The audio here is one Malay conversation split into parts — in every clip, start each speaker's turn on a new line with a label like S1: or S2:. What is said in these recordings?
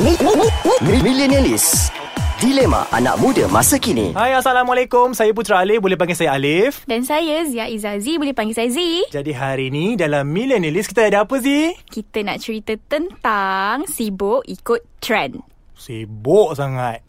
S1: Mi- mi- mi- Millenialis Dilema anak muda masa kini
S2: Hai, Assalamualaikum. Saya Putra Alif. Boleh panggil saya Alif.
S3: Dan saya Zia Izazi Boleh panggil saya Z
S2: Jadi hari ni dalam Millennialist kita ada apa, Zee?
S3: Kita nak cerita tentang Sibuk ikut trend
S2: Sibuk sangat.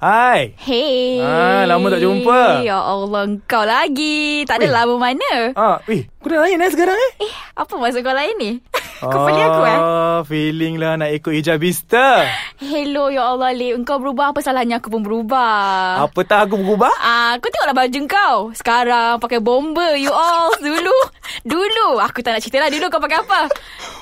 S2: Hai.
S3: Hey
S2: Ah, lama tak jumpa.
S3: Ya Allah kau lagi Tak ada
S2: Weh.
S3: lama mana
S2: Ah, eh, kau dah lain eh sekarang eh?
S3: Eh apa maksud kau lain ni Kau pilih aku eh
S2: Ah, Feeling lah nak ikut hijabista.
S3: Hello ya Allah Lip Engkau berubah apa salahnya aku pun berubah
S2: Apa tak aku berubah?
S3: Ah, kau tengoklah baju kau Sekarang pakai bomber You all Dulu Dulu Aku tak nak cerita lah Dulu kau pakai apa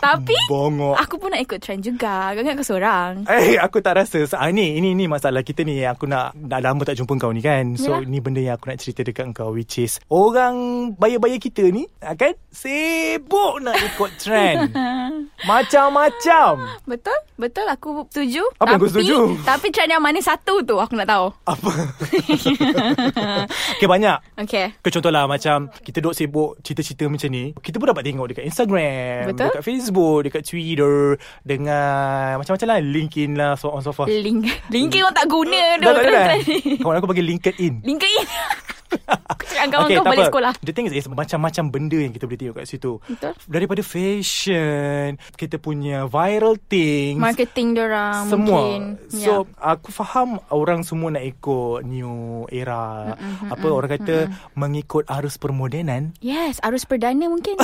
S3: Tapi
S2: Bongok.
S3: Aku pun nak ikut trend juga Kau ingat kau seorang
S2: Eh, aku tak rasa. Ah, ni, ini, ni masalah kita ni. Aku nak, dah lama tak jumpa kau ni kan. So,
S3: Yalah.
S2: ni benda yang aku nak cerita dekat kau. Which is, orang bayar-bayar kita ni, ah, kan? Sibuk nak ikut trend. Macam-macam.
S3: Betul? Betul aku setuju.
S2: Apa yang kau
S3: Tapi-
S2: setuju?
S3: Tapi trend yang mana satu tu aku nak tahu.
S2: Apa? okay, banyak.
S3: Okay.
S2: Ke contoh lah macam kita duk sibuk cerita-cerita macam ni Kita pun dapat tengok dekat Instagram
S3: Betul.
S2: Dekat Facebook, dekat Twitter Dengan macam-macam lah LinkedIn lah so on so forth
S3: Link. LinkedIn orang tak guna tu.
S2: Dah tak ada
S3: Terus
S2: kan?
S3: ni.
S2: Kawan aku panggil LinkedIn
S3: LinkedIn. Aku cakap kawan kau balik sekolah.
S2: The thing is, is macam-macam benda yang kita boleh tengok kat situ
S3: Betul.
S2: Daripada fashion Kita punya viral things
S3: Marketing dorang
S2: semua
S3: mungkin. ya.
S2: so aku faham orang semua nak ikut new era apa orang kata mengikut arus permodenan
S3: yeah. Ya. Yes, arus perdana mungkin.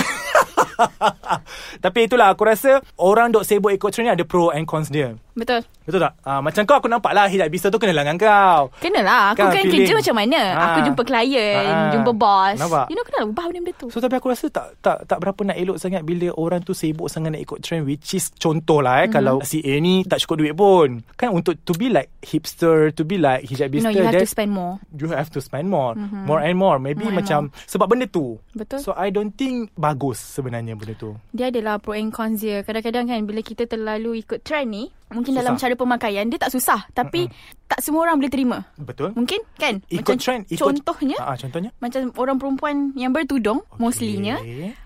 S2: Tapi itulah aku rasa orang dok sibuk ikut trend ni ada pro and cons dia.
S3: Betul.
S2: Betul tak? Ah, macam kau aku nampak lah hijabisa tu kena lah dengan kau.
S3: Kenalah. Aku
S2: Kan,
S3: kan
S2: feeling.
S3: kerja macam mana?
S2: Ah.
S3: Aku jumpa klien,
S2: Ah.
S3: jumpa bos.
S2: Nampak?
S3: You know kenalah ubah benda-benda tu.
S2: So tapi aku rasa tak tak tak berapa nak elok sangat bila orang tu sibuk sangat nak ikut trend which is contoh lah eh
S3: Mhm.
S2: mm-hmm. kalau si A ni tak cukup duit pun. Kan untuk to be like hipster, to be like hijabista
S3: no, you have
S2: that
S3: to spend Mhm. more.
S2: you have to spend more. Mm-hmm. More and more. Maybe more macam more. sebab benda tu.
S3: Betul.
S2: So I don't think bagus sebenarnya benda tu.
S3: dia adalah pro and cons dia. Kadang-kadang kan bila kita terlalu ikut trend ni,
S2: Susah.
S3: mungkin susah. dalam cara pemakaian dia tak susah, tapi Mm-mm. tak semua orang boleh terima.
S2: Betul?
S3: Mungkin kan?
S2: Ikut
S3: macam
S2: trend, ikut
S3: contohnya
S2: Ah, ah, contohly
S3: macam orang perempuan yang bertudung okay. mostlynya.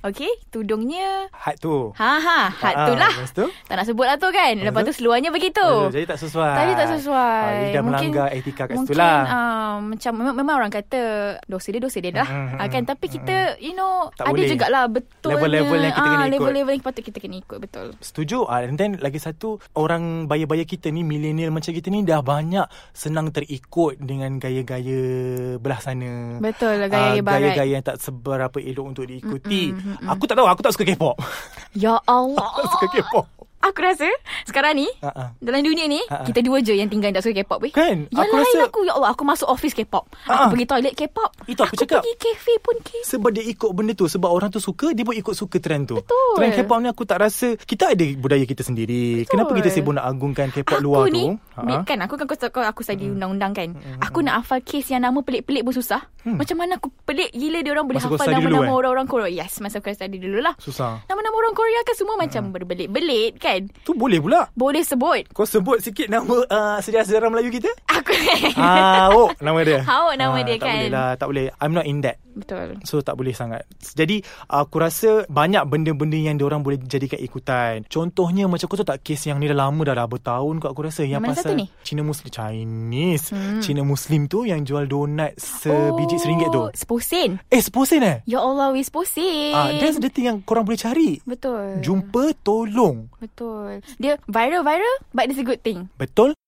S3: Okey, tudungnya
S2: Hat tu.
S3: ha ha, hat
S2: Ah,
S3: tu lah.
S2: lepas tu?
S3: Tak nak sebut lah tu kan. Lepas tu seluarnya begitu.
S2: Betul, jadi tak sesuai.
S3: Tadi tak sesuai.
S2: Ah, Ida melanggar etika kat situ
S3: mungkin,
S2: lah.
S3: Uh, macam memang, memang orang kata dosa dia dosa dia dah.
S2: Mm,
S3: Mm,
S2: mm,
S3: kan tapi kita you know
S2: Tak
S3: ada
S2: boleh.
S3: jugalah betulnya
S2: Level-level yang kita
S3: ah,
S2: kena ikut.
S3: level-level yang patut kita kena ikut betul.
S2: Setuju. Ah, and then lagi satu, orang bayar-bayar kita ni, milenial macam kita ni dah banyak senang terikut dengan gaya-gaya belah sana.
S3: Betul lah,
S2: Ah,
S3: gaya-gaya barat.
S2: Gaya-gaya yang tak seberapa elok untuk diikuti. Mm-mm, Aku tak tahu, aku tak suka K-pop.
S3: Ya Allah.
S2: tak suka K-pop.
S3: Aku rasa sekarang ni
S2: Ah, ah.
S3: dalam dunia ni
S2: Ha, ha.
S3: kita dua je yang tinggal tak suka K-pop weh.
S2: Kan?
S3: Yang
S2: Aku
S3: lain
S2: rasa-
S3: aku ya Allah aku masuk office K-pop.
S2: Ha, ha.
S3: Aku pergi toilet K-pop.
S2: Itu aku cakap.
S3: pergi kafe pun K-pop.
S2: Sebab dia ikut benda tu Sebab orang tu suka Dia pun ikut suka trend tu
S3: Betul.
S2: Trend K-pop ni aku tak rasa Kita ada budaya kita sendiri Betul. Kenapa kita sibuk nak agungkan K-pop
S3: aku
S2: luar
S3: ni,
S2: tu Ha? Ah,
S3: ni kan aku kan aku, aku study undang-undang kan. Aku nak hafal kes yang nama pelik-pelik pun susah. Macam mana aku pelik gila dia orang boleh
S2: Hmm. Masa kau
S3: hafal
S2: study dulu,
S3: nama-nama
S2: eh?
S3: orang-orang Korea. Yes, masa aku study dulu lah.
S2: Susah
S3: Nama-nama orang Korea kan semua
S2: Hmm.
S3: macam berbelit-belit kan.
S2: Tu boleh pula
S3: Boleh sebut.
S2: Kau sebut sikit nama uh, sejarah-sejarah Melayu kita?
S3: Aku
S2: Ah, oh, nama dia.
S3: Hauk nama dia
S2: tak
S3: kan.
S2: Tak boleh lah, tak boleh. I'm not in that.
S3: Betul.
S2: So tak boleh sangat Jadi aku rasa Banyak benda-benda yang diorang boleh jadikan ikutan Contohnya macam kau tahu tak Kes yang ni dah lama dah dah bertahun kot aku rasa Yang
S3: Mana
S2: pasal
S3: satu ni?
S2: Cina Muslim Chinese hmm. Cina Muslim tu yang jual donat
S3: Oh.
S2: sebiji seringgit tu
S3: Seposen.
S2: Eh seposen eh?
S3: Ya Allah, weh seposen.
S2: Ah, that's the thing yang korang boleh cari
S3: Betul.
S2: Jumpa tolong
S3: Betul. Dia viral-viral but it's a good thing.
S2: Betul?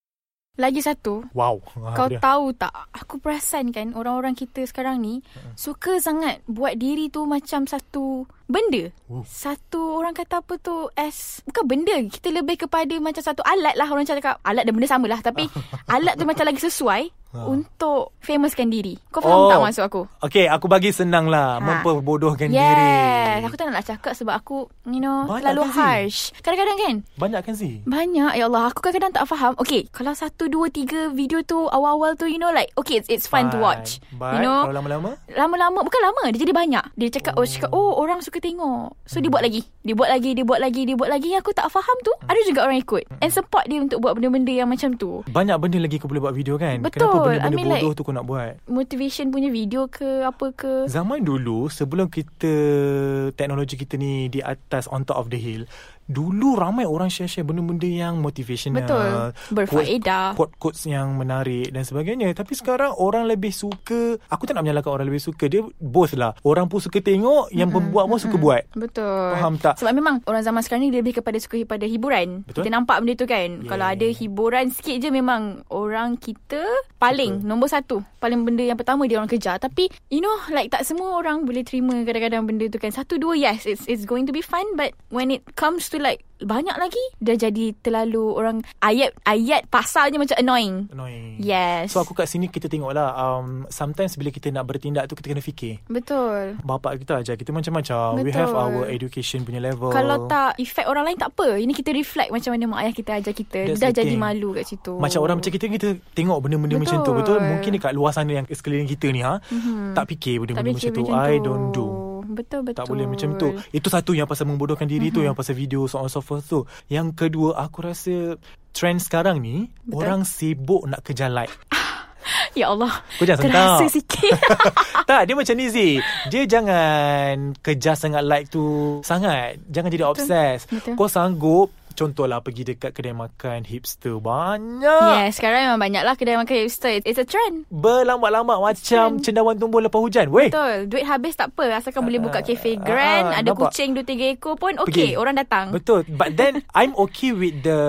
S3: Lagi satu,
S2: Wow
S3: kau tahu tak? Aku perasan kan orang-orang kita sekarang ni
S2: Hmm.
S3: suka sangat buat diri tu macam satu benda.
S2: Oh.
S3: Satu orang kata apa tu as bukan benda. Kita lebih kepada macam satu alat lah orang cakap. Alat dan benda sama lah tapi alat tu macam lagi sesuai
S2: Ah.
S3: untuk famouskan diri. Kau
S2: Oh.
S3: faham tak maksud aku?
S2: Okay aku bagi senang lah
S3: Ha.
S2: Memperbodohkan diri
S3: Yes, aku tak nak cakap sebab aku you know
S2: Banyak
S3: terlalu
S2: kan, Zee?
S3: harsh. Kadang-kadang kan
S2: Banyak kan sih?
S3: Banyak ya Allah Aku kadang-kadang tak faham Okay Kalau satu dua tiga video tu Awal-awal tu You know like Okay it's, it's fun to watch
S2: But
S3: You know
S2: kalau lama-lama
S3: Lama-lama Bukan lama Dia jadi banyak Dia cakap oh. cakap oh orang suka tengok
S2: Hmm.
S3: So dia buat lagi Dia buat lagi Dia buat lagi Dia buat lagi Yang aku tak faham tu Ada juga orang ikut
S2: Hmm.
S3: And support dia untuk buat benda-benda yang macam tu
S2: banyak benda lagi kau boleh buat video kan
S3: Betul.
S2: Kenapa benda-benda
S3: I mean,
S2: bodoh
S3: like-
S2: tu kau nak buat
S3: Motivation punya video ke Apa ke
S2: Ya. Zaman dulu sebelum kita teknologi kita ni di atas on top of the hill Dulu ramai orang share-share benda-benda yang motivational.
S3: Betul. Berfaedah.
S2: Quote, quotes yang menarik dan sebagainya. Tapi sekarang orang lebih suka, aku tak nak menyalahkan orang lebih suka. Dia both lah. Orang pun suka tengok, yang pembuat pun suka buat.
S3: Betul.
S2: Faham tak?
S3: Sebab memang orang zaman sekarang ni dia lebih kepada suka kepada hiburan.
S2: Betul. Ya,
S3: Kita nampak benda tu kan. Yeah. Kalau ada hiburan sikit je memang orang kita paling Betul. nombor satu. Paling benda yang pertama dia orang kejar. Tapi you know like tak semua orang boleh terima kadang-kadang benda tu kan. Satu dua yes it's it's going to be fun but when it comes to like banyak lagi dah jadi terlalu orang ayat ayat pasalnya macam annoying.
S2: Annoying.
S3: Yes.
S2: So aku kat sini kita tengoklah um, sometimes bila kita nak bertindak tu kita kena fikir.
S3: Betul.
S2: Bapa kita ajar kita macam-macam. We
S3: Betul.
S2: have our education punya level.
S3: Kalau tak efek orang lain tak apa. Ini kita reflect macam mana mak ayah kita ajar kita.
S2: That's
S3: dah
S2: the
S3: jadi
S2: thing.
S3: malu kat situ.
S2: Macam orang macam kita Kita tengok benda-benda
S3: Betul. Mhm.
S2: macam tu Betul Mungkin dekat luar sana Yang sekeliling kita ni ha, mm-hmm. Tak fikir
S3: tak
S2: benda-benda
S3: fikir
S2: macam tu I don't do
S3: Betul betul. Mhm.
S2: tak boleh macam tu Itu satu yang pasal membodohkan diri mm-hmm. tu Yang pasal video so on so forth tu Yang kedua aku rasa Trend sekarang ni
S3: Betul.
S2: Betul. Orang sibuk nak kejar like
S3: Ya Allah.
S2: Kau jangan
S3: Terasa
S2: sentak
S3: sikit.
S2: Tak dia macam ni Zee Dia jangan kejar sangat like tu Sangat Jangan jadi obses
S3: Betul.
S2: Kau sanggup Contohlah pergi dekat kedai makan hipster Banyak
S3: yeah, sekarang memang banyak lah kedai makan hipster. It's a trend.
S2: berlambak-lambak macam
S3: Kan.
S2: cendawan tumbuh lepas hujan. Weh,
S3: Betul. Duit habis tak apa. Asalkan boleh buka kafe grand.
S2: ah,
S3: ada
S2: nampak?
S3: kucing 2-3 ekor pun okey.
S2: Pergi.
S3: Orang datang.
S2: betul. But then I'm okay with the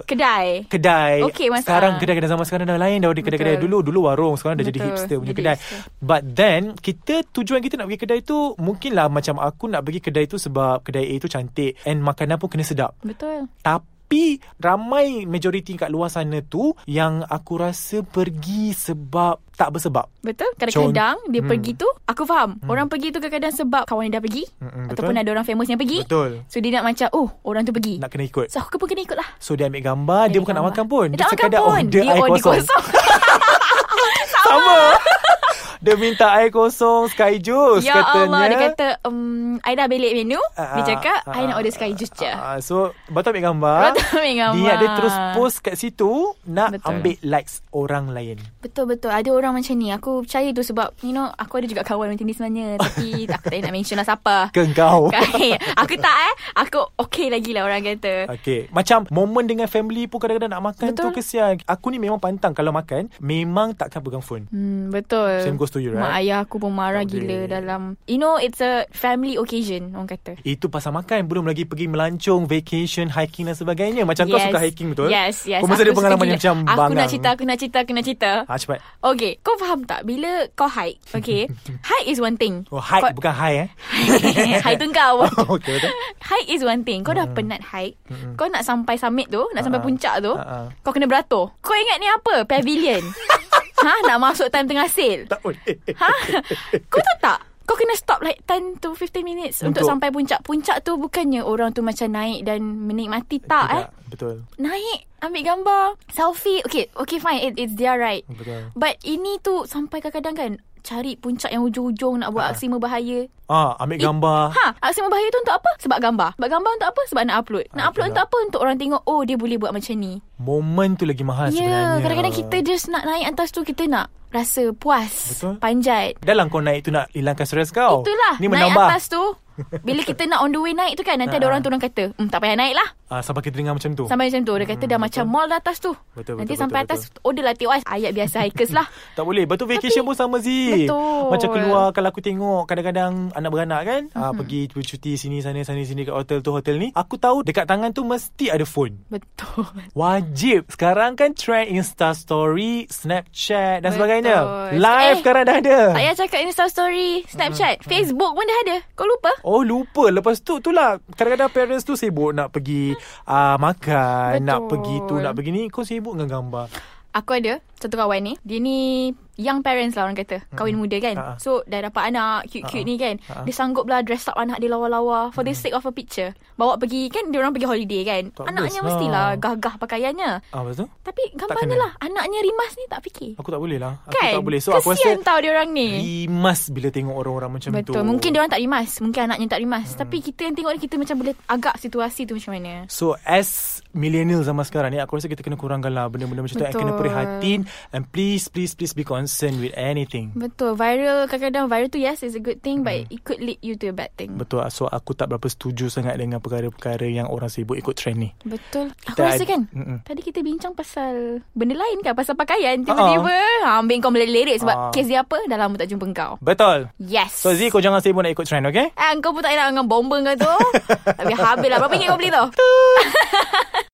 S3: Kedai.
S2: kedai.
S3: Okey, masa-
S2: sekarang kedai-kedai zaman sekarang dah lain dah kedai-kedai
S3: Betul.
S2: dulu dulu warung sekarang dah jadi
S3: Betul,
S2: hipster punya
S3: jadi
S2: kedai.
S3: hipster.
S2: But then kita tujuan kita nak pergi kedai tu mungkinlah macam aku nak pergi kedai tu sebab kedai A tu cantik and makanan pun kena sedap.
S3: Betul.
S2: Tapi ramai majoriti kat luar sana tu yang aku rasa pergi sebab tak bersebab.
S3: Betul. Kadang-kadang dia
S2: Hmm.
S3: pergi tu, aku faham. Orang pergi tu kadang-kadang sebab kawan dia dah pergi.
S2: Mm-mm, Hmm,
S3: Ataupun
S2: betul.
S3: ada orang famous yang pergi.
S2: Betul.
S3: So dia nak macam, oh orang tu pergi.
S2: Nak kena ikut.
S3: So aku pun kena ikut lah.
S2: So dia ambil gambar Dia,
S3: Jadi
S2: bukan nak
S3: gambar.
S2: makan pun
S3: Dia tak makan
S2: sekadar
S3: pun.
S2: order air kosong, Sama Dia minta air kosong Sky juice
S3: Ya
S2: katanya.
S3: Allah Dia kata um, I dah belik menu
S2: Ah,
S3: Dia cakap
S2: ah,
S3: I nak order sky juice je
S2: ah, So Batu ambil gambar
S3: Lepas tu ambil gambar
S2: Niat dia terus post kat situ Nak
S3: Betul.
S2: Betul. ambil likes orang lain
S3: Betul-betul Ada orang macam ni Aku percaya tu sebab You know Aku ada juga kawan macam ni sebenarnya Tapi aku tak nak mention lah siapa
S2: Ke Oh. kau
S3: Kan? Aku tak eh Aku okay lagi lah orang kata
S2: Okay Macam momen dengan family pun Kadang-kadang nak makan tu
S3: Betul.
S2: Kesian Aku ni memang pantang Kalau makan Memang takkan pegang phone
S3: Hmm, betul.
S2: Same goes to you, right?
S3: Mak ayah aku pun marah
S2: Tak boleh.
S3: gila dalam... You know, it's a family occasion, orang kata.
S2: Itu pasal makan Belum lagi pergi melancong Vacation Hiking dan sebagainya Macam yes. kau suka hiking betul
S3: Yes, yes.
S2: Kau mesti ada
S3: Aku suka
S2: pengalaman
S3: gila.
S2: yang macam
S3: Aku
S2: bangang
S3: nak cerita, aku nak cerita, aku nak cerita.
S2: Ah, cepat
S3: Okay, kau faham tak bila kau hike, okay? hike is one thing.
S2: Oh, hike
S3: Kau,
S2: bukan Oh. high eh.
S3: hike tu kau.
S2: Okey betul.
S3: hike is one thing. Kau dah penat hike. Kau nak sampai summit tu, nak sampai
S2: Ah,
S3: puncak tu,
S2: ah, ah.
S3: kau kena beratur. Kau ingat ni apa? Pavilion. ha, nak masuk time tengah sale.
S2: Tak pun. Eh, eh.
S3: Ha? Kau tahu tak? Kau kena stop like 10 to 15 minutes untuk, untuk
S2: Untuk-
S3: sampai puncak. Puncak tu bukannya orang tu macam naik dan menikmati tak, tak eh.
S2: Tidak, betul.
S3: Naik, ambil gambar, selfie. Okay, okay fine. It, it's their right.
S2: Betul.
S3: But ini tu sampai kadang-kadang kan cari puncak yang hujung-hujung nak buat
S2: Ha.
S3: aksi berbahaya.
S2: Ah, ambil gambar.
S3: Ha, aksi berbahaya tu untuk apa? Sebab gambar. Sebab gambar untuk apa? Sebab nak upload. Nak
S2: Ah,
S3: upload
S2: betul
S3: untuk apa? Untuk orang tengok, oh dia boleh buat macam ni.
S2: Momen tu lagi mahal Ah,
S3: Ya,
S2: sebenarnya.
S3: yeah, kadang-kadang kita just nak naik atas tu kita nak rasa puas,
S2: Betul.
S3: panjat.
S2: Dalam kau naik tu nak hilangkan stres kau.
S3: Itulah
S2: Ni
S3: Naik
S2: menambah.
S3: atas tu Bila kita nak on the way naik tu kan Nanti ada
S2: Ha.
S3: orang turun kata mm, Tak payah naik lah
S2: Ah, sampai kita dengar macam tu.
S3: Sampai macam tu Dia kata dah macam mall dah atas tu
S2: Hmm, Betul,
S3: Nanti
S2: betul,
S3: sampai
S2: betul,
S3: atas Order lah TOS Ayat biasa hikers lah
S2: Tak boleh. Lepas tu vacation
S3: Tapi-
S2: pun sama Zee.
S3: Betul.
S2: Macam keluar kalau aku tengok kadang-kadang anak beranak kan. Mm-hmm. Ah, pergi cuti sini sana sana sini kat hotel tu hotel ni. Aku tahu dekat tangan tu mesti ada phone.
S3: Betul
S2: Wajib Sekarang kan trend Insta Story Snapchat Dan
S3: Betul.
S2: sebagainya Live
S3: Eh,
S2: eh, sekarang dah ada
S3: Tak payah cakap Instastory
S2: Hmm.
S3: Snapchat Facebook pun dah ada Kau lupa
S2: Oh lupa Lepas tu itulah Kadang-kadang parents tu sibuk Nak pergi uh, Makan
S3: Betul.
S2: Nak pergi tu Nak pergi ni Kau sibuk dengan gambar
S3: Aku ada Satu kawan ni Dia ni Young parents lah orang kata Kahwin muda kan
S2: Ha.
S3: So dah dapat anak Cute-cute
S2: Ha.
S3: ni kan
S2: Ha.
S3: Dia sanggup lah Dress up anak dia lawa-lawa For the sake of a picture Bawa pergi Kan dia orang pergi holiday kan
S2: Hmm. Tak
S3: Anaknya
S2: best lah.
S3: mestilah Gagah pakaiannya
S2: Ah betul?
S3: Tapi gambarnya
S2: kena.
S3: lah Anaknya rimas ni tak fikir
S2: Aku tak boleh lah Aku
S3: Kan
S2: tak boleh So aku rasa
S3: Kesian tau dia orang ni
S2: Rimas bila tengok orang-orang macam tu
S3: Betul Mungkin dia orang tak rimas Mungkin anaknya tak rimas hmm. Tapi kita yang tengok ni Kita macam boleh agak situasi tu macam mana
S2: So as millennial zaman sekarang ni Aku rasa kita kena kurangkan lah Benda-benda macam tu And
S3: Betul.
S2: kena prihatin And please please please be concerned with anything.
S3: Betul. Viral kadang-kadang viral tu yes is a good thing but it could lead you to a bad thing.
S2: Betul So aku tak berapa setuju sangat Dengan perkara-perkara Yang orang sibuk ikut trend ni
S3: Betul. Aku
S2: Kita
S3: rasa
S2: ad-
S3: kan
S2: Mm-mm.
S3: tadi kita bincang pasal benda lain kan pasal pakaian tiba-tiba uh-huh. ambil kau melerik
S2: Ah.
S3: sebab kes dia apa dah lama tak jumpa kau.
S2: Betul
S3: Yes.
S2: So
S3: Eh,
S2: Z kau jangan sibuk nak ikut trend okay
S3: Ah, kau pun tak nak dengan bomba kau tu. Tapi habis lah. Berapa ringgit kau beli tu?